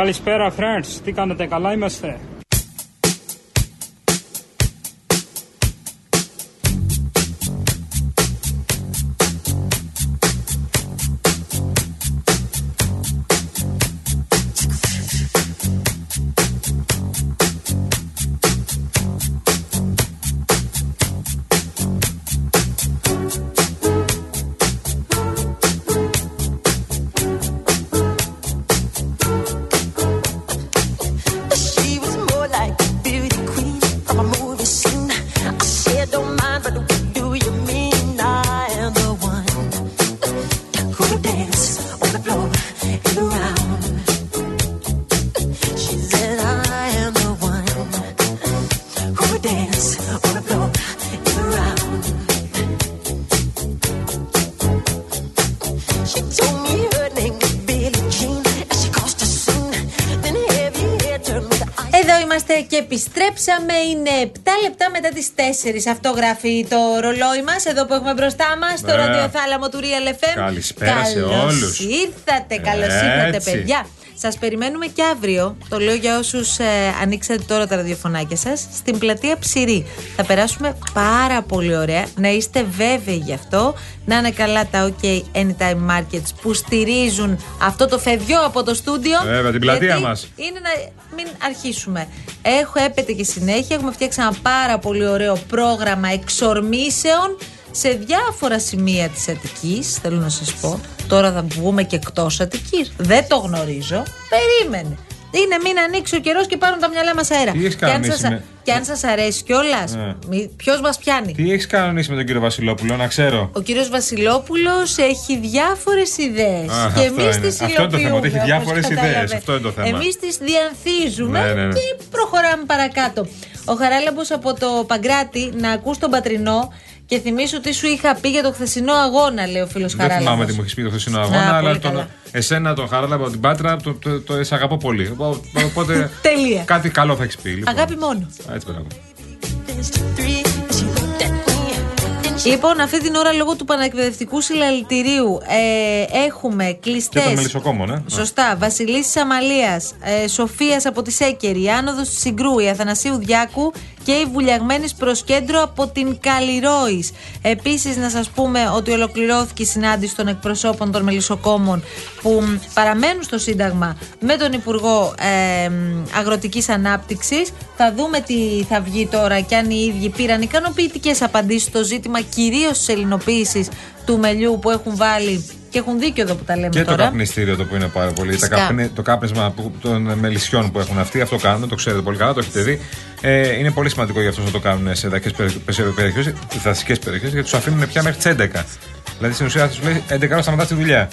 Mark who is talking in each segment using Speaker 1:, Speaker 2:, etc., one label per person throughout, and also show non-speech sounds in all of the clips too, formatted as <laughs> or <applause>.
Speaker 1: Καλησπέρα friends, τι κάνετε, καλά είμαστε.
Speaker 2: She was more like a beauty queen from a movie scene. I said, don't mind, but what do you mean? I am the one who will dance on the floor and around. She said, I am the one who will dance on the floor and around. She told me her name was Billie Jean, and she caused a scene. Then heavy hair turned me to ice.
Speaker 3: Εδώ είμαστε και επιστρέψαμε. Είναι 7 λεπτά μετά τις 4. Αυτό γράφει το ρολόι μας, εδώ που έχουμε μπροστά μας, στο
Speaker 4: Ναι.
Speaker 3: ραδιοθάλαμο του Real FM.
Speaker 4: Καλησπέρα σε
Speaker 3: Καλώς
Speaker 4: όλους.
Speaker 3: ήρθατε, καλώς ήρθατε,
Speaker 4: Έτσι.
Speaker 3: παιδιά. Σας περιμένουμε και αύριο. Το λέω για όσους ανοίξατε τώρα τα ραδιοφωνάκια σας. Στην πλατεία Ψηρή. Θα περάσουμε πάρα πολύ ωραία. Να είστε βέβαιοι γι' αυτό. Να είναι καλά τα OK Anytime Markets που στηρίζουν αυτό το φεδιό από το στούντιο.
Speaker 4: Βέβαια, την πλατεία
Speaker 3: Γιατί
Speaker 4: μας.
Speaker 3: είναι να μην αρχίσουμε. Έχω έπεται και συνέχεια. Έχουμε φτιάξει ένα πάρα πολύ ωραίο πρόγραμμα εξορμήσεων σε διάφορα σημεία της Αττικής, θέλω να σας πω. Τώρα θα βγούμε και εκτός Αττικής. Δεν το γνωρίζω. Περίμενε. Είναι μην ανοίξει ο καιρός και πάρουν τα μυαλά μας αέρα.
Speaker 4: Τι έχεις
Speaker 3: και, αν
Speaker 4: κάνει,
Speaker 3: σας,
Speaker 4: με-
Speaker 3: και αν σας αρέσει κιόλας,
Speaker 4: Ε.
Speaker 3: ποιος μας πιάνει.
Speaker 4: Τι έχεις κανονίσει με τον κύριο Βασιλόπουλο, να ξέρω.
Speaker 3: Ο κύριος Βασιλόπουλος έχει διάφορες ιδέες
Speaker 4: Α,
Speaker 3: και
Speaker 4: αυτό
Speaker 3: εμείς
Speaker 4: είναι.
Speaker 3: τις
Speaker 4: Αυτό είναι το θέμα,
Speaker 3: υλοποιούμε,
Speaker 4: ότι έχει
Speaker 3: όπως
Speaker 4: διάφορες
Speaker 3: κατάλαβε.
Speaker 4: ιδέες. Αυτό είναι το θέμα.
Speaker 3: Εμείς τις διανθίζουμε
Speaker 4: Ναι, ναι, ναι.
Speaker 3: και προχωράμε παρακάτω. Ο Χαράλαμπος από το Παγκράτη να ακούς τον Πατρινό και θυμίσου τι σου είχα πει για το χθεσινό αγώνα, λέει ο φίλος
Speaker 4: Δεν
Speaker 3: Χαράλαμπος.
Speaker 4: θυμάμαι τι μου έχεις πει το χθεσινό αγώνα,
Speaker 3: Α,
Speaker 4: αλλά
Speaker 3: πολύ
Speaker 4: τον,
Speaker 3: καλά.
Speaker 4: εσένα τον Χαράλαμπα από την Πάτρα το, το, το, σε αγαπώ πολύ. Οπο- Οπότε.
Speaker 3: <laughs> Τέλεια.
Speaker 4: Κάτι καλό θα έχεις πει. Λοιπόν.
Speaker 3: Αγάπη μόνο.
Speaker 4: Α, Έτσι μπράβο.
Speaker 2: Danced to three, and she looked at me. Then she
Speaker 3: Λοιπόν, αυτή την ώρα λόγω του Παναεκπαιδευτικού Συλλαλητηρίου ε, έχουμε κλειστές.
Speaker 4: Και των μελισσοκόμων, ε.
Speaker 3: Σωστά. Βασιλίση Αμαλίας, ε, Σοφίας από τη Σέκερη, Άνοδος της Συγκρού, η Αθανασίου Διάκου και η Βουλιαγμένη προς κέντρο από την Καλλιρόης. Επίσης, να σας πούμε ότι ολοκληρώθηκε η συνάντηση των εκπροσώπων των μελισσοκόμων που μ, παραμένουν στο Σύνταγμα με τον Υπουργό ε, μ, Αγροτικής Ανάπτυξης. Θα δούμε τι θα βγει τώρα και αν οι ίδιοι πήραν ικανοποιητικές απαντήσεις στο ζήτημα κυρίως της ελληνοποίησης του μελιού που έχουν βάλει και έχουν δίκιο εδώ που τα λέμε
Speaker 4: Και το
Speaker 3: τώρα.
Speaker 4: καπνιστήριο το που είναι πάρα πολύ. Τα
Speaker 3: Φυσικά.
Speaker 4: καπνι- το κάπνισμα που- των μελισσιών που έχουν αυτοί, αυτό κάνουν, το ξέρετε πολύ καλά, το έχετε δει. Ε, είναι πολύ σημαντικό για αυτούς να το κάνουν σε δασικές περιοχές, γιατί τους αφήνουν πια μέχρι τις 11. Δηλαδή στην ουσία τους λέει 11 ώρα σταματάς τη δουλειά.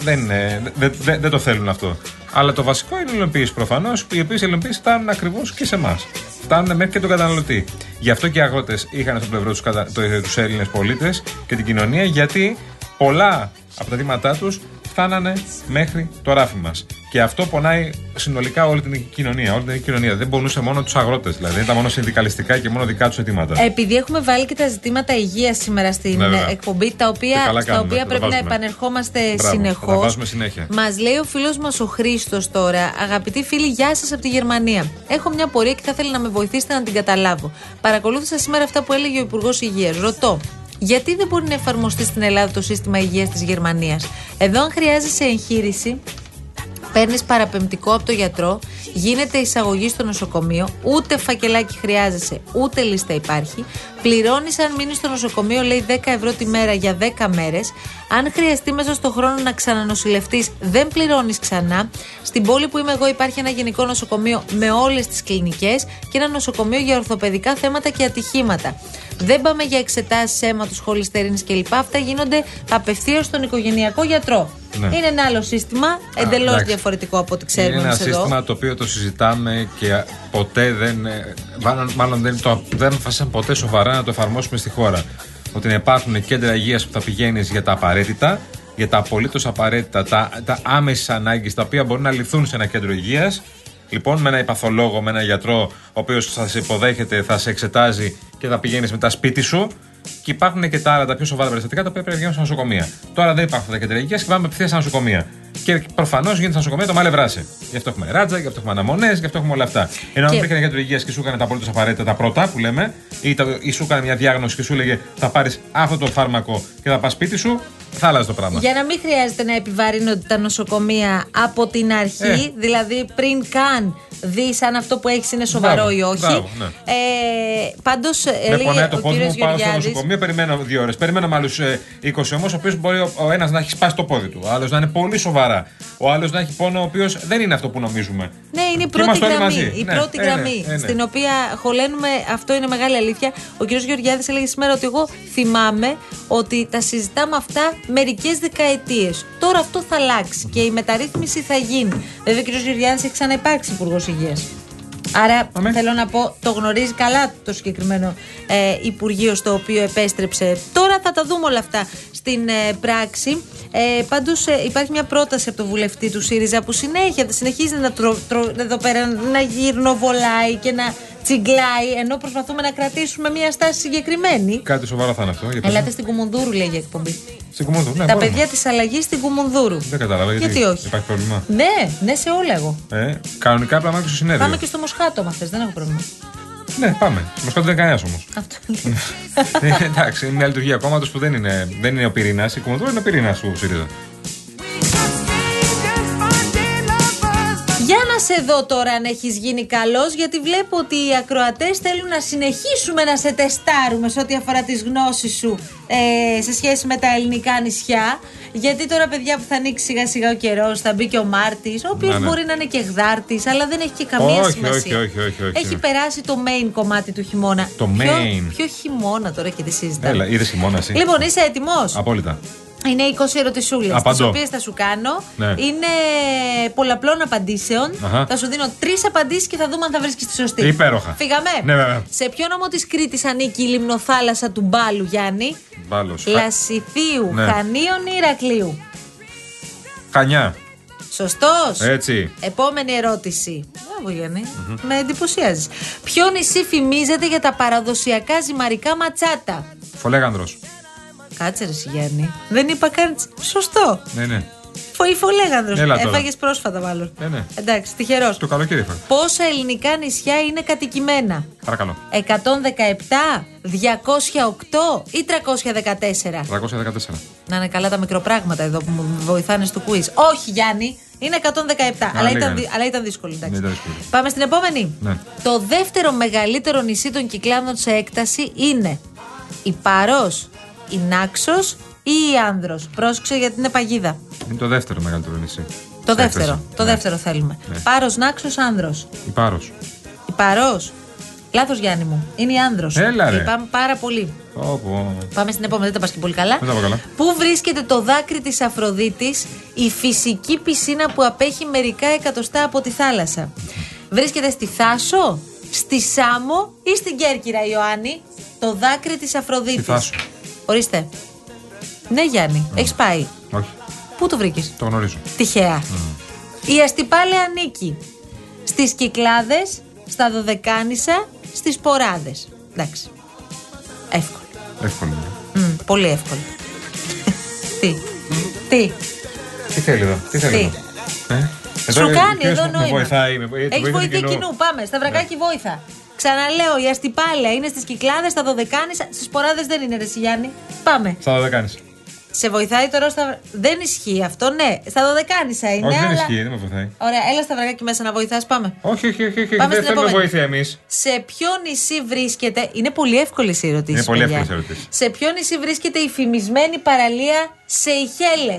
Speaker 4: Δεν, είναι- δε- δε- δεν το θέλουν αυτό. Αλλά το βασικό είναι η υλοποίηση προφανώς, οι οποίες υλοποίηση φτάνουν ακριβώς και σε εμάς. Φτάνουν μέχρι και τον καταναλωτή. Γι' αυτό και οι αγρότες είχαν στο πλευρό τους κατα... τους Έλληνες πολίτες και την κοινωνία, γιατί πολλά από τα δήματά τους φτάνανε μέχρι το ράφι μας. Και αυτό πονάει συνολικά όλη την κοινωνία. Όλη την κοινωνία. Δεν πονούσε μόνο τους αγρότες, δηλαδή. Ήταν μόνο συνδικαλιστικά και μόνο δικά τους αιτήματα.
Speaker 3: Επειδή έχουμε βάλει και τα ζητήματα υγείας σήμερα στην
Speaker 4: Ναι, Βέβαια.
Speaker 3: ε, εκπομπή, τα οποία,
Speaker 4: Και καλά
Speaker 3: στα
Speaker 4: κάνουμε,
Speaker 3: οποία
Speaker 4: θα τα
Speaker 3: πρέπει να
Speaker 4: βάζουμε.
Speaker 3: επανερχόμαστε
Speaker 4: Μπράβο,
Speaker 3: συνεχώ.
Speaker 4: θα τα βάζουμε συνέχεια.
Speaker 3: Μας λέει ο φίλος μας ο Χρήστος τώρα, αγαπητοί φίλοι, γεια σας από τη Γερμανία. Έχω μια πορεία και θα ήθελα να με βοηθήσετε να την καταλάβω. Παρακολούθησα σήμερα αυτά που έλεγε ο Υπουργός Υγείας. Ρωτώ, γιατί δεν μπορεί να εφαρμοστεί στην Ελλάδα το σύστημα υγείας της Γερμανίας. Εδώ, αν χρειάζεσαι εγχείρηση, Παίρνεις παραπεμπτικό από το γιατρό, γίνεται εισαγωγή στο νοσοκομείο, ούτε φακελάκι χρειάζεσαι, ούτε λίστα υπάρχει. Πληρώνεις αν μείνεις στο νοσοκομείο, λέει 10 ευρώ τη μέρα για 10 μέρες. Αν χρειαστεί μέσα στον χρόνο να ξανανοσηλευτείς, δεν πληρώνεις ξανά. Στην πόλη που είμαι εγώ υπάρχει ένα γενικό νοσοκομείο με όλες τις κλινικές και ένα νοσοκομείο για ορθοπαιδικά θέματα και ατυχήματα. Δεν πάμε για εξετάσεις αίματος, χολυστερίνης κλπ. Αυτά γίνονται απευθείας στον οικογενειακό γιατρό.
Speaker 4: Ναι.
Speaker 3: Είναι ένα άλλο σύστημα, εντελώς
Speaker 4: εντάξει.
Speaker 3: Ε, διαφορετικό από ό,τι ξέρουμε
Speaker 4: Είναι ένα
Speaker 3: εμείς εδώ.
Speaker 4: σύστημα το οποίο το συζητάμε και ποτέ δεν. ε, Μάλλον, μάλλον δεν, το, δεν αποφάσισαν ποτέ σοβαρά να το εφαρμόσουμε στη χώρα. Ότι να υπάρχουν κέντρα υγείας που θα πηγαίνεις για τα απαραίτητα, για τα απολύτως απαραίτητα, τα, τα άμεσε ανάγκης τα οποία μπορούν να ληφθούν σε ένα κέντρο υγείας. Λοιπόν, με ένα υπαθολόγο, με ένα γιατρό, ο οποίος θα σε υποδέχεται, θα σε εξετάζει και θα πηγαίνεις μετά σπίτι σου. Και υπάρχουν και τα άλλα, τα πιο σοβαρά περιστατικά, τα οποία πρέπει να γίνουν στα νοσοκομεία. Τώρα δεν υπάρχουν αυτά τα κεντρικά και πάμε απευθείας στα νοσοκομεία. Και προφανώς γίνεται στα νοσοκομεία το μάλε βράση. Γι' αυτό έχουμε ράτζα, γι' αυτό έχουμε αναμονές, γι' αυτό έχουμε όλα αυτά. Ενώ αν
Speaker 3: Και-
Speaker 4: υπήρχαν κέντρο υγείας και σου έκανε τα απολύτως απαραίτητα, τα πρώτα που λέμε, ή, τα, ή σου έκανε μια διάγνωση και σου έλεγε θα πάρεις αυτό το φάρμακο και θα πας σπίτι σου, θα άλλαζε το πράγμα.
Speaker 3: Για να μην χρειάζεται να επιβαρύνονται τα νοσοκομεία από την αρχή,
Speaker 4: Ε.
Speaker 3: δηλαδή πριν καν δεις αν αυτό που έχεις είναι σοβαρό
Speaker 4: Μπράβο,
Speaker 3: ή όχι.
Speaker 4: μπράβο, ναι.
Speaker 3: ε, Πάντως,
Speaker 4: Με
Speaker 3: έλεγε
Speaker 4: πονάει το
Speaker 3: ο
Speaker 4: πόδι
Speaker 3: κύριο
Speaker 4: μου, πάω στο
Speaker 3: Γεωργιάδης.
Speaker 4: νοσοκομείο, περιμένω δύο ώρες. Περιμέναμε άλλου 20 όμως, ο οποίος μπορεί ο, ο ένας να έχει σπάσει το πόδι του, ο άλλος να είναι πολύ σοβαρά, ο άλλος να έχει πόνο, ο οποίος δεν είναι αυτό που νομίζουμε.
Speaker 3: Ναι, είναι η
Speaker 4: Και
Speaker 3: πρώτη
Speaker 4: είμαστε όλοι
Speaker 3: γραμμή.
Speaker 4: μαζί.
Speaker 3: Η
Speaker 4: Ναι,
Speaker 3: πρώτη
Speaker 4: ε, ναι,
Speaker 3: γραμμή
Speaker 4: ε, ναι.
Speaker 3: στην οποία χωλένουμε, αυτό είναι μεγάλη αλήθεια. Ο κ. Γεωργιάδης έλεγε σήμερα ότι εγώ θυμάμαι ότι τα συζητάμε αυτά μερικές δεκαετίες. Τώρα αυτό θα αλλάξει και η μεταρρύθμιση θα γίνει. Βέβαια, ο κ. Γεωργιάδης έχει ξαναυπάρξει υπουργός υγεία. Άρα
Speaker 4: Αμέ.
Speaker 3: θέλω να πω, το γνωρίζει καλά το συγκεκριμένο ε, Υπουργείο στο οποίο επέστρεψε. Τώρα θα τα δούμε όλα αυτά στην ε, πράξη. Ε, Πάντως υπάρχει μια πρόταση από τον βουλευτή του ΣΥΡΙΖΑ που συνέχεια συνεχίζει να τρο, τρο- εδώ πέρα να γυρνοβολάει και να τσιγκλάει ενώ προσπαθούμε να κρατήσουμε μια στάση συγκεκριμένη.
Speaker 4: Κάτι σοβαρό θα είναι αυτό. Για
Speaker 3: Ελάτε στην Κουμουνδούρου, λέγει η εκπομπή.
Speaker 4: Στην Κουμόντο, ναι,
Speaker 3: Τα
Speaker 4: μπορούμε.
Speaker 3: παιδιά της αλλαγής στην Κουμουνδούρου.
Speaker 4: Δεν κατάλαβα γιατί,
Speaker 3: Γιατί όχι.
Speaker 4: Υπάρχει πρόβλημα.
Speaker 3: Ναι, ναι σε όλα εγώ.
Speaker 4: Ε, κανονικά πρέπει να πάμε στο συνέδριο.
Speaker 3: Πάμε και στο Μοσχάτο, μα δεν έχω πρόβλημα.
Speaker 4: Ναι, πάμε. Μα κάτω δεν κανένας όμως.
Speaker 3: <laughs> Αυτό είναι.
Speaker 4: Ε, Εντάξει, είναι μια λειτουργία κόμματος που δεν είναι, δεν είναι ο πυρήνας. Η Κουμόντο είναι ο πυρήνας του ΣΥΡΙΖΑ.
Speaker 3: Για να σε δω τώρα αν έχεις γίνει καλός γιατί βλέπω ότι οι ακροατές θέλουν να συνεχίσουμε να σε τεστάρουμε σε ό,τι αφορά τις γνώσεις σου ε, σε σχέση με τα ελληνικά νησιά γιατί τώρα παιδιά που θα ανοίξει σιγά σιγά ο καιρός θα μπει και ο Μάρτης ο οποίος
Speaker 4: Ναι, ναι.
Speaker 3: μπορεί να είναι και γδάρτης αλλά δεν έχει και καμία
Speaker 4: Όχι,
Speaker 3: σημασία
Speaker 4: όχι, όχι, όχι, όχι.
Speaker 3: Έχει περάσει το main κομμάτι του χειμώνα
Speaker 4: Το
Speaker 3: Ποιο-
Speaker 4: main.
Speaker 3: Ποιο χειμώνα τώρα και τη συζητάμε
Speaker 4: Έλα, είδες χειμώνα. εσύ.
Speaker 3: Λοιπόν είσαι έτοιμος
Speaker 4: Απόλυτα.
Speaker 3: είναι 20 ερωτησούλε, τι
Speaker 4: Απαντώ.
Speaker 3: οποίες θα σου κάνω.
Speaker 4: Ναι.
Speaker 3: Είναι πολλαπλών απαντήσεων.
Speaker 4: Αχα.
Speaker 3: Θα σου δίνω τρεις απαντήσεις και θα δούμε αν θα βρίσκεις τη σωστή.
Speaker 4: Υπέροχα.
Speaker 3: Φύγαμε.
Speaker 4: Ναι, βέβαια.
Speaker 3: Σε ποιο νόμο της Κρήτης ανήκει η λιμνοθάλασσα του Μπάλου, Γιάννη.
Speaker 4: Μπάλος.
Speaker 3: Λασιθίου,
Speaker 4: Ναι.
Speaker 3: Χανίων ή Ηρακλείου.
Speaker 4: Χανιά.
Speaker 3: Σωστός.
Speaker 4: Έτσι.
Speaker 3: Επόμενη ερώτηση. Μπράβο, Γιάννη. Με εντυπωσιάζει. Ποιο νησί φημίζεται για τα παραδοσιακά ζυμαρικά ματσάτα.
Speaker 4: Φολέγανδρος.
Speaker 3: Κάτσε ρε εσύ, Γιάννη. Δεν είπα καν. Σωστό.
Speaker 4: Ναι, ναι.
Speaker 3: Φο- ή Φολέγανδρος.
Speaker 4: Έλα τώρα.
Speaker 3: Έφαγες πρόσφατα μάλλον.
Speaker 4: Ναι, ναι.
Speaker 3: Εντάξει, τυχερός.
Speaker 4: Το καλοκαίρι έφαγα.
Speaker 3: Πόσα ελληνικά νησιά είναι κατοικημένα,
Speaker 4: Παρακαλώ.
Speaker 3: 117, 208 ή 314.
Speaker 4: 314.
Speaker 3: Να είναι καλά τα μικροπράγματα εδώ που μου βοηθάνε στο quiz. Όχι, Γιάννη, είναι 117. αλλά,
Speaker 4: λίγα
Speaker 3: ήταν,
Speaker 4: είναι.
Speaker 3: δυ- αλλά ήταν δύσκολο. εντάξει.
Speaker 4: Ναι, ήταν δύσκολο.
Speaker 3: Πάμε στην επόμενη.
Speaker 4: Ναι.
Speaker 3: Το δεύτερο μεγαλύτερο νησί των κυκλάδων σε έκταση είναι η Παρός, η Νάξος ή η Άνδρος. Πρόσεξε γιατί είναι παγίδα.
Speaker 4: Είναι το δεύτερο μεγαλύτερο νησί.
Speaker 3: Το
Speaker 4: Σε
Speaker 3: δεύτερο.
Speaker 4: έκταση.
Speaker 3: Το
Speaker 4: Ναι.
Speaker 3: δεύτερο θέλουμε.
Speaker 4: Ναι.
Speaker 3: Πάρος Νάξος Άνδρος.
Speaker 4: Η Πάρος.
Speaker 3: Η Παρός. Λάθος Γιάννη μου. Είναι η Άνδρος.
Speaker 4: Έλα, ρε.
Speaker 3: Λυπάμαι πάρα πολύ.
Speaker 4: Όπω.
Speaker 3: Πάμε στην επόμενη, δεν τα πας και πολύ καλά.
Speaker 4: Δεν τα πάω καλά.
Speaker 3: Πού βρίσκεται το δάκρυ της Αφροδίτης, η φυσική πισίνα που απέχει μερικά εκατοστά από τη θάλασσα. Βρίσκεται στη Θάσο, στη Σάμο ή στην Κέρκυρα, Ιωάννη. Το δάκρυ της Αφροδίτης.
Speaker 4: Στη Θάσο.
Speaker 3: Ορίστε. Ναι, Γιάννη, έχεις πάει.
Speaker 4: Όχι.
Speaker 3: Πού το βρήκες.
Speaker 4: Το γνωρίζω.
Speaker 3: Τυχαία.
Speaker 4: Mm.
Speaker 3: Η Αστυπάλε ανήκει στις Κυκλάδες, στα Δωδεκάνησα, στις Ποράδες. Εντάξει. Εύκολο.
Speaker 4: Εύκολο. είναι.
Speaker 3: Μμμ, πολύ εύκολο. <laughs> τι. Τι.
Speaker 4: Τι θέλει εδώ. Τι θέλει
Speaker 3: Τι.
Speaker 4: εδώ. Ε?
Speaker 3: Σου
Speaker 4: ο
Speaker 3: κάνει
Speaker 4: κύριος
Speaker 3: εδώ
Speaker 4: μου-
Speaker 3: νόημα.
Speaker 4: Με βοηθάει. με βοη-
Speaker 3: Έχεις
Speaker 4: βοήθεια
Speaker 3: βοηθή κοινού. Πάμε. Σταυρακάκι
Speaker 4: Ναι.
Speaker 3: βόηθα. Ξαναλέω, η Αστυπάλε είναι στις Κυκλάδες, στα Δωδεκάνησα. Στις Ποράδες δεν είναι, ρε Σιγιάννη. Πάμε.
Speaker 4: Στα δεν κάνει.
Speaker 3: Ναι, Σε βοηθάει τώρα ο Σταυρα... Δεν ισχύει αυτό, ναι. Στα Δωδεκάνησα είναι,
Speaker 4: Όχι, δεν
Speaker 3: αλλά...
Speaker 4: ισχύει, δεν με βοηθάει.
Speaker 3: Ωραία, έλα Σταυρακάκι μέσα να βοηθάς, πάμε.
Speaker 4: Όχι, όχι, όχι, όχι.
Speaker 3: Πάμε
Speaker 4: δεν
Speaker 3: στην
Speaker 4: θέλουμε
Speaker 3: επόμενη.
Speaker 4: βοήθεια εμείς.
Speaker 3: Σε ποιο νησί βρίσκεται. Είναι πολύ εύκολες οι ερωτήσεις.
Speaker 4: Είναι πολύ εύκολες οι ερωτήσεις.
Speaker 3: Σε ποιο νησί βρίσκεται η φημισμένη παραλία Σεϊχέλες.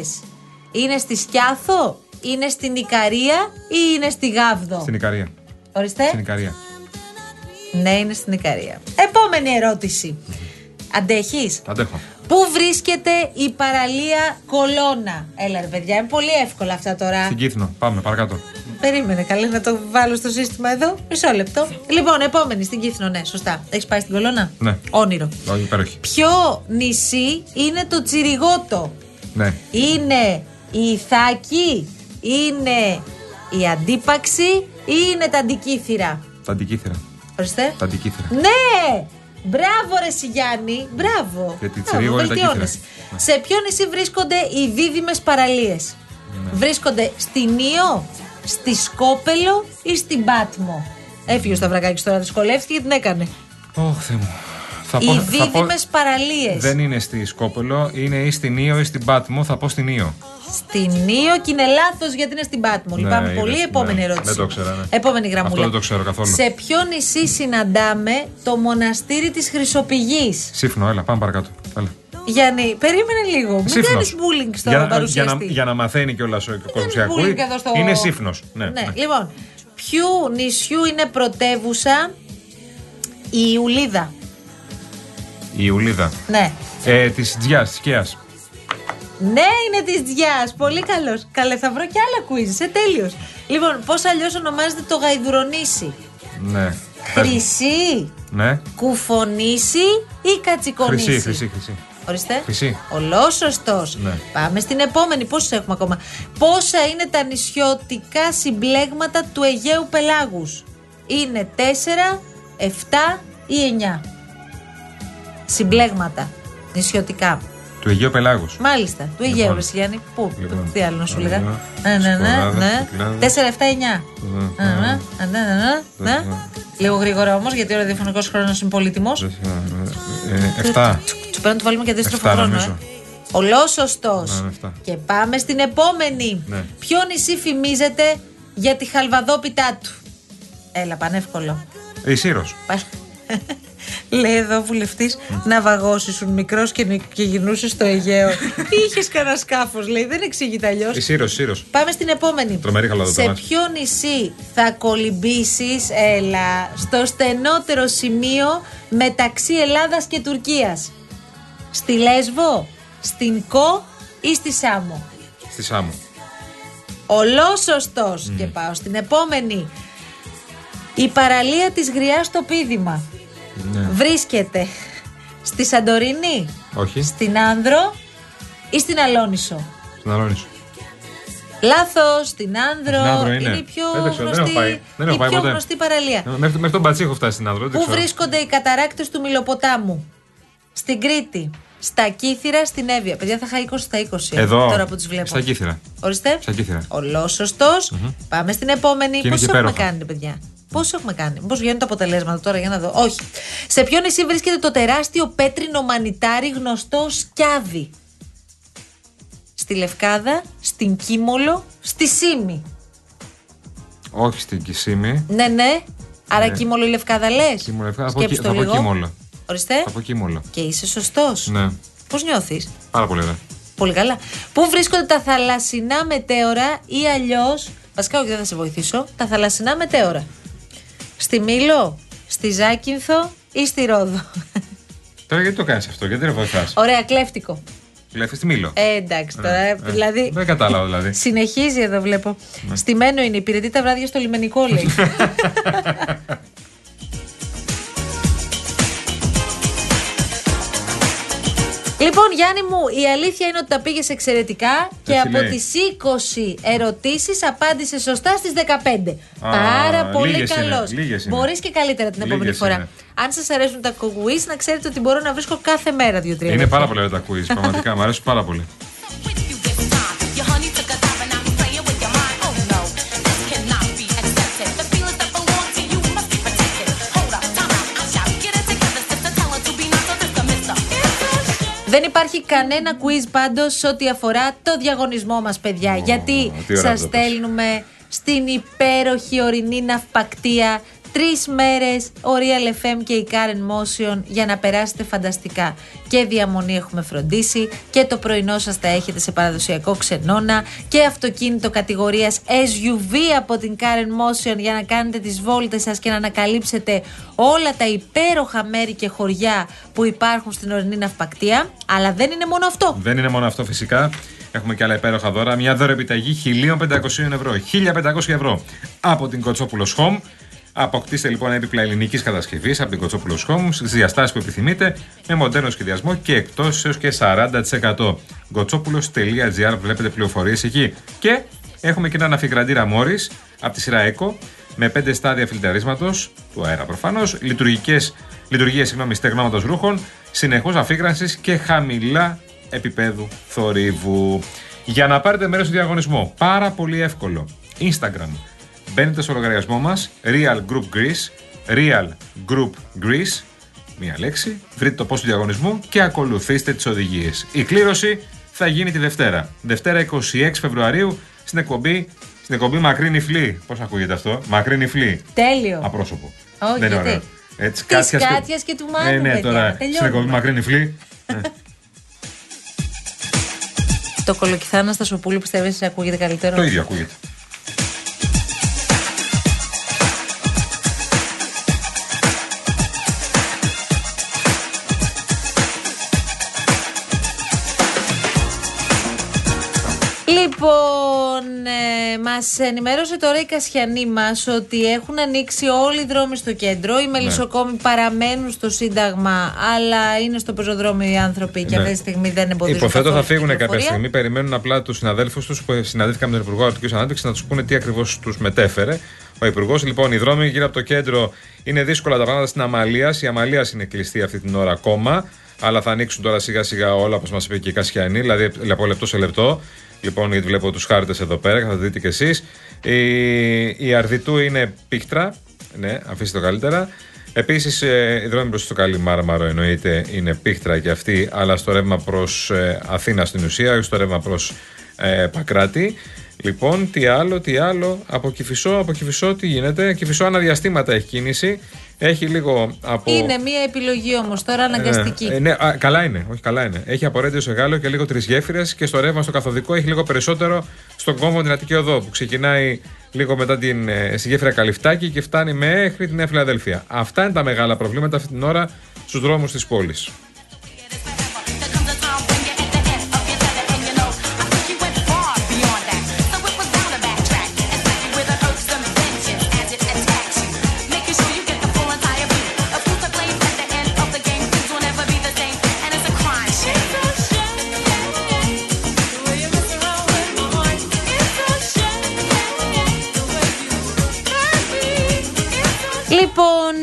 Speaker 3: Είναι στη Σκιάθο, είναι στην Ικαρία ή είναι στη Γάβδο.
Speaker 4: Στην Ικαρία.
Speaker 3: Ορίστε.
Speaker 4: Στην Ικαρία.
Speaker 3: Ναι, είναι στην Ικαρία. Επόμενη ερώτηση. Αντέχεις.
Speaker 4: Αντέχω.
Speaker 3: Πού βρίσκεται η παραλία Κολώνα. Έλα, ρε παιδιά, είναι πολύ εύκολα αυτά τώρα.
Speaker 4: Στην Κύθνο. Πάμε παρακάτω.
Speaker 3: Περίμενε, καλή να το βάλω στο σύστημα εδώ. Μισό λεπτό. Λοιπόν, επόμενη στην Κύθνο, ναι, σωστά. Έχεις πάει στην Κολώνα.
Speaker 4: Ναι.
Speaker 3: Όνειρο.
Speaker 4: Όχι, υπέροχη.
Speaker 3: Ποιο νησί είναι το Τσιριγότο.
Speaker 4: Ναι.
Speaker 3: Είναι η Ιθάκη, είναι η Αντίπαξη ή είναι τα Αντικύθυρα.
Speaker 4: Τα αντικύθρα.
Speaker 3: Ορίστε.
Speaker 4: Τα αντικύθρα.
Speaker 3: Ναι! Μπράβο, ρε Σιγιάννη, μπράβο.
Speaker 4: Γιατί
Speaker 3: Μπράβο,
Speaker 4: τσιρίγωνε τα Ναι.
Speaker 3: βελτιώνεσαι.
Speaker 4: κύτταρα.
Speaker 3: Σε ποιο νησί βρίσκονται οι δίδυμες παραλίες,
Speaker 4: Ναι.
Speaker 3: Βρίσκονται στην Ήο, στη Σκόπελο ή στην Πάτμο. Έφυγε ο Σταυρακάκης τώρα, δυσκολεύτηκε και την έκανε.
Speaker 4: Ωχ, Θεέ μου. Θα πω-
Speaker 3: οι
Speaker 4: θα πω-
Speaker 3: δίδυμες παραλίες.
Speaker 4: Δεν είναι στη Σκόπελο, είναι ή στην Ήο ή στην Πάτμο. Θα πω στην Ήο.
Speaker 3: Στην Ήο και είναι λάθος γιατί είναι στην Πάτμο.
Speaker 4: Ναι,
Speaker 3: Λυπάμαι
Speaker 4: είδες,
Speaker 3: πολύ.
Speaker 4: ναι.
Speaker 3: Επόμενη
Speaker 4: Δεν
Speaker 3: ερώτηση.
Speaker 4: το ξέρα, ναι.
Speaker 3: Επόμενη γραμμούλα.
Speaker 4: Αυτό δεν το ξέρω καθόλου.
Speaker 3: Σε ποιο νησί συναντάμε το μοναστήρι της Χρυσοπηγής.
Speaker 4: Σύφνο, έλα, πάμε παρακάτω. Έλα.
Speaker 3: Γιάννη, περίμενε λίγο. Μην
Speaker 4: Σύφνος.
Speaker 3: κάνεις bullying στον
Speaker 4: για, να, για,
Speaker 3: παρουσιαστή.
Speaker 4: να, για να μαθαίνει κιόλας ο κόσμο
Speaker 3: Μην
Speaker 4: που
Speaker 3: κάνεις
Speaker 4: ακούει.
Speaker 3: bullying εδώ στο-
Speaker 4: Είναι σύφνο. Ναι, ναι.
Speaker 3: Λοιπόν, ποιου νησιού είναι πρωτεύουσα η Ιουλίδα.
Speaker 4: Η Ιουλίδα.
Speaker 3: Ναι.
Speaker 4: Ε, της Τζιάς, τη Κέα.
Speaker 3: Ναι, είναι της Διά. Πολύ καλός. Καλέ, θα βρω και άλλα quiz. Σε τέλειος. Λοιπόν, πώς αλλιώς ονομάζεται το γαϊδουρονήσι.
Speaker 4: Ναι.
Speaker 3: Χρυσή,
Speaker 4: Ναι.
Speaker 3: κουφονήσι ή κατσικονήσι.
Speaker 4: Χρυσή, χρυσή, χρυσή.
Speaker 3: Ορίστε.
Speaker 4: Χρυσή.
Speaker 3: Ολόσωστος.
Speaker 4: Ναι.
Speaker 3: Πάμε στην επόμενη. Πόσους έχουμε ακόμα. Πόσα είναι τα νησιωτικά συμπλέγματα του Αιγαίου Πελάγους. Είναι 4, 7 ή 9. Συμπλέγματα. Νησιωτικά.
Speaker 4: Του Αιγαίου Πελάγους.
Speaker 3: Μάλιστα. Του Αιγαίου,
Speaker 4: Λοιπόν.
Speaker 3: Ρε Γιάννη. Πού,
Speaker 4: Λοιπόν.
Speaker 3: τι άλλο να σου λέγα.
Speaker 4: Λοιπόν.
Speaker 3: Ναι, ναι, ναι.
Speaker 4: Σκοράδες,
Speaker 3: ναι.
Speaker 4: κυκλάδες.
Speaker 3: 4, 7, 9. Ναι,
Speaker 4: Ναι,
Speaker 3: ναι, ναι, ναι, ναι.
Speaker 4: Ναι.
Speaker 3: Λίγο γρήγορα όμως, γιατί ο ραδιοφωνικός χρόνος είναι πολύτιμος.
Speaker 4: Ε, Εφτά.
Speaker 3: Τσουκ, τσουκ, Πρέπει να του βάλουμε και αντίστροφο
Speaker 4: Εφτά,
Speaker 3: χρόνο. Ε.
Speaker 4: νομίζω.
Speaker 3: Ολόσωστο.
Speaker 4: Ναι, ναι, εφτά.
Speaker 3: και πάμε στην επόμενη.
Speaker 4: Ναι.
Speaker 3: Ποιο νησί φημίζεται για τη χαλβαδόπιτά του. Έλα, πανεύκολο.
Speaker 4: Η Σύρος.
Speaker 3: Πα- <laughs> Λέει εδώ βουλευτής να βαγώσεις σου μικρός και, νι- και γυρνούσες στο
Speaker 4: <laughs>
Speaker 3: Αιγαίο. Είχες κανένα σκάφος, λέει. Δεν εξηγείται αλλιώς.
Speaker 4: Η Σύρος, Σύρος.
Speaker 3: Πάμε στην επόμενη.
Speaker 4: Τρομερή χαλαδοπιτά.
Speaker 3: Σε ποιο νησί θα κολυμπήσεις, έλα, στο στενότερο σημείο μεταξύ Ελλάδας και Τουρκίας. Στη Λέσβο, στην Κο ή στη Σάμο.
Speaker 4: Στη Σάμου.
Speaker 3: Ολόσωστος και πάω στην επόμενη. Η παραλία της Γριάς στο Πίδημα
Speaker 4: Ναι.
Speaker 3: βρίσκεται στη Σαντορίνη,
Speaker 4: Όχι.
Speaker 3: στην Άνδρο ή στην Αλόνισο.
Speaker 4: Στην Αλόνη.
Speaker 3: Λάθος, στην Άνδρο.
Speaker 4: Στην Άνδρο είναι.
Speaker 3: η πιο
Speaker 4: Δεν το ξέρω, δεν έχω
Speaker 3: γνωστή,
Speaker 4: πάει. Δεν έχω
Speaker 3: η
Speaker 4: πάει
Speaker 3: πιο
Speaker 4: ποτέ. Ε,
Speaker 3: γνωστή παραλία.
Speaker 4: Μέχρι, μέχρι τον Πατσί έχω φτάσει στην Άνδρο. δεν
Speaker 3: Πού
Speaker 4: ξέρω.
Speaker 3: βρίσκονται οι καταράκτες του Μιλοποτάμου, Στην Κρήτη, στα Κύθυρα, στην Εύβοια. Παιδιά, θα είχα 20 στα 20
Speaker 4: Εδώ.
Speaker 3: τώρα που τους βλέπω.
Speaker 4: Στα κύθυρα.
Speaker 3: Ορίστε.
Speaker 4: Στα Κύθυρα.
Speaker 3: Ολόσωστος. Πάμε στην επόμενη.
Speaker 4: Και είναι
Speaker 3: Πόσο
Speaker 4: και
Speaker 3: έχουμε
Speaker 4: υπέροχα.
Speaker 3: κάνει, ρε παιδιά. Πόσο έχουμε κάνει. Πώς βγαίνουν τα αποτελέσματα τώρα, για να δω. Όχι. Σε ποιο νησί βρίσκεται το τεράστιο πέτρινο μανιτάρι γνωστό ως σκιάδι. Στη Λευκάδα, στην Κίμολο, στη Σίμη.
Speaker 4: Όχι στην Κισίμη.
Speaker 3: Ναι, ναι. Άρα κύμολο ή λευκάδα λες.
Speaker 4: Κύμολο, Λευκάδα. Από εκεί- από Κύμολο.
Speaker 3: Ορίστε.
Speaker 4: Από Κίμολο.
Speaker 3: Και είσαι σωστός.
Speaker 4: Ναι.
Speaker 3: Πώς νιώθεις.
Speaker 4: Πάρα πολύ ωραία.
Speaker 3: Πολύ καλά. Πού βρίσκονται τα θαλασσινά μετέωρα ή αλλιώς. Βασικά, όχι, δεν θα σε βοηθήσω. Τα θαλασσινά μετέωρα. Στη Μήλο, στη Ζάκυνθο ή στη Ρόδο. <laughs>
Speaker 4: Τώρα γιατί το κάνεις αυτό, γιατί δεν βοηθάς.
Speaker 3: Ωραία, κλέφτικο.
Speaker 4: Κλέφτη τη Μήλο.
Speaker 3: Ε, εντάξει τώρα,
Speaker 4: Ε,
Speaker 3: ε,
Speaker 4: ε,
Speaker 3: δηλαδή.
Speaker 4: δεν κατάλαβα, δηλαδή.
Speaker 3: <laughs>
Speaker 4: Ναι.
Speaker 3: Συνεχίζει εδώ, βλέπω. Στη Μένο είναι, υπηρετεί τα βράδια στο λιμενικό, λέει.
Speaker 4: <laughs>
Speaker 3: Λοιπόν, Γιάννη μου, η αλήθεια είναι ότι τα πήγες εξαιρετικά και
Speaker 4: Έτσι
Speaker 3: από
Speaker 4: λέει.
Speaker 3: τις 20 ερωτήσεις απάντησες σωστά στις 15.
Speaker 4: Α,
Speaker 3: Πάρα πολύ
Speaker 4: λίγες είναι,
Speaker 3: καλός.
Speaker 4: λίγες είναι.
Speaker 3: Μπορείς και καλύτερα την
Speaker 4: Λίγες
Speaker 3: επόμενη φορά.
Speaker 4: είναι.
Speaker 3: Αν σας αρέσουν τα κουγουί, να ξέρετε ότι μπορώ να βρίσκω κάθε μέρα δύο-τρία.
Speaker 4: Είναι
Speaker 3: λεπτά.
Speaker 4: πάρα πολύ ωραία τα quiz, πραγματικά. Μου αρέσουν πάρα πολύ.
Speaker 5: with you this time. Your honey took a dive and I'm playing with your mind. Oh no, this cannot be accepted. The feelings that belong to you must be protected. Hold up, time out, I shout. Get it together, sister. Tell her to be not so this the mister.
Speaker 3: Δεν υπάρχει κανένα quiz πάντως σε ό,τι αφορά το διαγωνισμό μας, παιδιά. γιατί
Speaker 4: τι ωραία
Speaker 3: σας
Speaker 4: που το πες.
Speaker 3: στέλνουμε στην υπέροχη ορεινή ναυπακτία τρεις μέρες ο Real FM και η Karen Motion για να περάσετε φανταστικά. Και διαμονή έχουμε φροντίσει και το πρωινό σας τα έχετε σε παραδοσιακό ξενώνα και αυτοκίνητο κατηγορίας SUV από την Karen Motion για να κάνετε τις βόλτες σας και να ανακαλύψετε όλα τα υπέροχα μέρη και χωριά που υπάρχουν στην ορεινή ναυπακτία. Αλλά δεν είναι μόνο αυτό.
Speaker 4: Δεν είναι μόνο αυτό φυσικά. Έχουμε και άλλα υπέροχα δώρα. Μια δώρο επιταγή 1.500 ευρώ. 1.500 ευρώ από την Κοτσόπουλος Home. Αποκτήστε λοιπόν έπιπλα ελληνικής κατασκευής από την Κοτσόπουλος Home στι διαστάσεις που επιθυμείτε με μοντέρνο σχεδιασμό και εκτός έως και 40%. Κοτσόπουλο.gr βλέπετε πληροφορίες εκεί. Και έχουμε και ένα αναφικραντήρα Μόρις από τη σειρά ΕΚΟ με 5 στάδια φιλτραρίσματος του αέρα προφανώς, λειτουργικές λειτουργία συγγνώμη, στεγνώματος ρούχων, συνεχώς αφίγρανσης και χαμηλά επίπεδου θορύβου. Για να πάρετε μέρος στο διαγωνισμό, πάρα πολύ εύκολο. Instagram. Μπαίνετε στο λογαριασμό μας, Real Group Greece, Real Group Greece, μία λέξη, βρείτε το πώς του διαγωνισμού και ακολουθήστε τις οδηγίες. Η κλήρωση θα γίνει τη Δευτέρα. Δευτέρα 26 Φεβρουαρίου στην εκπομπή, στην εκπομπή Μακρύ Νιφλή. Πώς ακούγεται αυτό, Μακρύ Νιφλή.
Speaker 3: Τέλειο.
Speaker 4: Απρόσωπο.
Speaker 3: Όχι,
Speaker 4: Δεν είναι
Speaker 3: γιατί?
Speaker 4: ωραίο. Έτσι,
Speaker 3: Της
Speaker 4: Κάτιας
Speaker 3: Κάτιας και του Μάνου,
Speaker 4: Ναι, ναι,
Speaker 3: παιδιά.
Speaker 4: τώρα στην
Speaker 3: Τελειώνουμε.
Speaker 4: εκπομπή Μακρύ Νιφλή.
Speaker 3: Το κολοκυθάνα στα σοπούλη πιστεύει ακούγεται καλύτερο.
Speaker 4: Το ίδιο ακούγεται.
Speaker 3: Λοιπόν, ε, μας ενημέρωσε τώρα η Κασιανή μας ότι έχουν ανοίξει όλοι οι δρόμοι στο κέντρο. Οι
Speaker 4: Ναι.
Speaker 3: μελισσοκόμοι παραμένουν στο Σύνταγμα, αλλά είναι στο πεζοδρόμιο οι άνθρωποι και
Speaker 4: Ναι.
Speaker 3: αυτή τη στιγμή δεν εμποδίζουν.
Speaker 4: Υποθέτω
Speaker 3: καθόλου
Speaker 4: θα
Speaker 3: την
Speaker 4: φύγουν κάποια
Speaker 3: κυκλοφορία.
Speaker 4: στιγμή. Περιμένουν απλά τους συναδέλφους τους που συναντήθηκαν με τον Υπουργό Αρτική Ανάπτυξης να τους πούνε τι ακριβώς τους μετέφερε. Ο Υπουργός, λοιπόν, οι δρόμοι γύρω από το κέντρο είναι δύσκολα τα πράγματα στην Αμαλίας. Η Αμαλίας είναι κλειστή αυτή την ώρα ακόμα. Αλλά θα ανοίξουν τώρα σιγά σιγά όλα όπως μας είπε και η Κασιανή, δηλαδή από λεπτό σε λεπτό. Λοιπόν, γιατί βλέπω τους χάρτες εδώ πέρα, θα το δείτε κι εσείς. Η, η Αρδιτού είναι πίχτρα. Ναι, αφήστε το καλύτερα. Επίσης, οι δρόμοι προ ε, το Καλή Μάρμαρο εννοείται είναι πίχτρα και αυτή, αλλά στο ρεύμα προς Αθήνα στην ουσία, όχι στο ρεύμα προς Πακράτη. Λοιπόν, τι άλλο, τι άλλο. Από Κυφισό, από Κυφισό τι γίνεται. Κυφισό αναδιαστήματα έχει κίνηση. Έχει λίγο από.
Speaker 3: Είναι μία επιλογή όμως τώρα αναγκαστική.
Speaker 4: Ε, ναι, α, καλά είναι. Όχι, καλά είναι. Έχει απορρέντιο σε Γάλλο και λίγο τρεις γέφυρες και στο ρεύμα στο καθοδικό έχει λίγο περισσότερο στον κόμβο την Αττική Οδό που ξεκινάει λίγο μετά την ε, στη γέφυρα Καλυφτάκη και φτάνει μέχρι την Νέα Φιλαδέλφια. Αυτά είναι τα μεγάλα προβλήματα αυτή την ώρα στους δρόμους της πόλης.
Speaker 5: There comes a time when you're at the end of your tether, and you know I think you went far beyond that. So it was down to backtrack, especially with an urge of vengeance as it attacks you, making sure you get the full entire beat. Of who's to blame at the end of the game, things will never be the same, and it's a crime. It's a shame the way you mess around with my heart. It's a shame the way you hurt me. It's a
Speaker 3: Λοιπόν,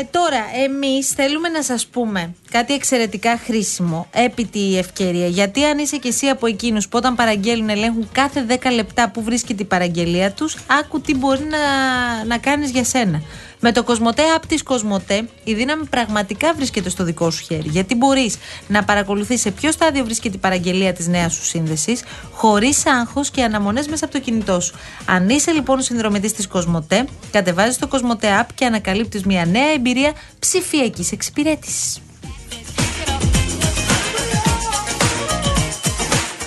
Speaker 3: ε, τώρα εμείς θέλουμε να σας πούμε κάτι εξαιρετικά χρήσιμο επί τη ευκαιρία. Γιατί αν είσαι και εσύ από εκείνους που όταν παραγγέλνουν ελέγχουν κάθε 10 λεπτά που βρίσκεται η παραγγελία τους, άκου τι μπορεί να, να κάνεις για σένα. Με το Κοσμοτέ App της Κοσμοτέ η δύναμη πραγματικά βρίσκεται στο δικό σου χέρι. Γιατί μπορείς να παρακολουθείς σε ποιο στάδιο βρίσκεται η παραγγελία της νέας σου σύνδεσης χωρίς άγχος και αναμονές μέσα από το κινητό σου. Αν είσαι λοιπόν συνδρομητής της Κοσμοτέ, κατεβάζεις το Κοσμοτέ App και ανακαλύπτεις μια νέα εμπειρία ψηφιακής εξυπηρέτησης.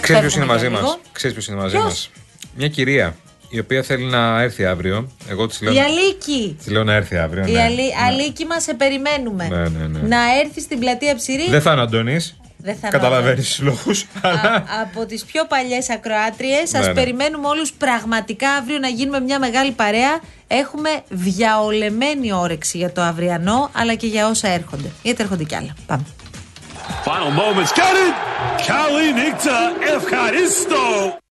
Speaker 4: Ξέρει ποιο
Speaker 3: Φεύγουμε
Speaker 4: είναι μαζί
Speaker 3: για
Speaker 4: μα.
Speaker 3: λίγο.
Speaker 4: Ξέρεις ποιος είναι μαζί μα.
Speaker 3: Ποιος?
Speaker 4: Μια κυρία η οποία θέλει να έρθει αύριο. Εγώ της λέω,
Speaker 3: Η Αλίκη!
Speaker 4: της λέω να έρθει αύριο.
Speaker 3: Η
Speaker 4: ναι.
Speaker 3: Αλί... Αλίκη μας σε περιμένουμε.
Speaker 4: Ναι, ναι, ναι.
Speaker 3: Να έρθει στην πλατεία Ψηρή.
Speaker 4: Δεν θα είναι ο Αντωνή.
Speaker 3: Δεν θα είναι ο
Speaker 4: Καταλαβαίνεις τους λόγους.
Speaker 3: Α-
Speaker 4: Αλλά
Speaker 3: από τις πιο παλιές ακροάτριες. Σας
Speaker 4: Ναι, ναι.
Speaker 3: περιμένουμε όλους πραγματικά αύριο να γίνουμε μια μεγάλη παρέα. Έχουμε διαολεμένη όρεξη για το αυριανό, αλλά και για όσα έρχονται. Γιατί έρχονται κι άλλα. Πάμε.
Speaker 6: Final moments. Got it! Kalinic to Efkaristo.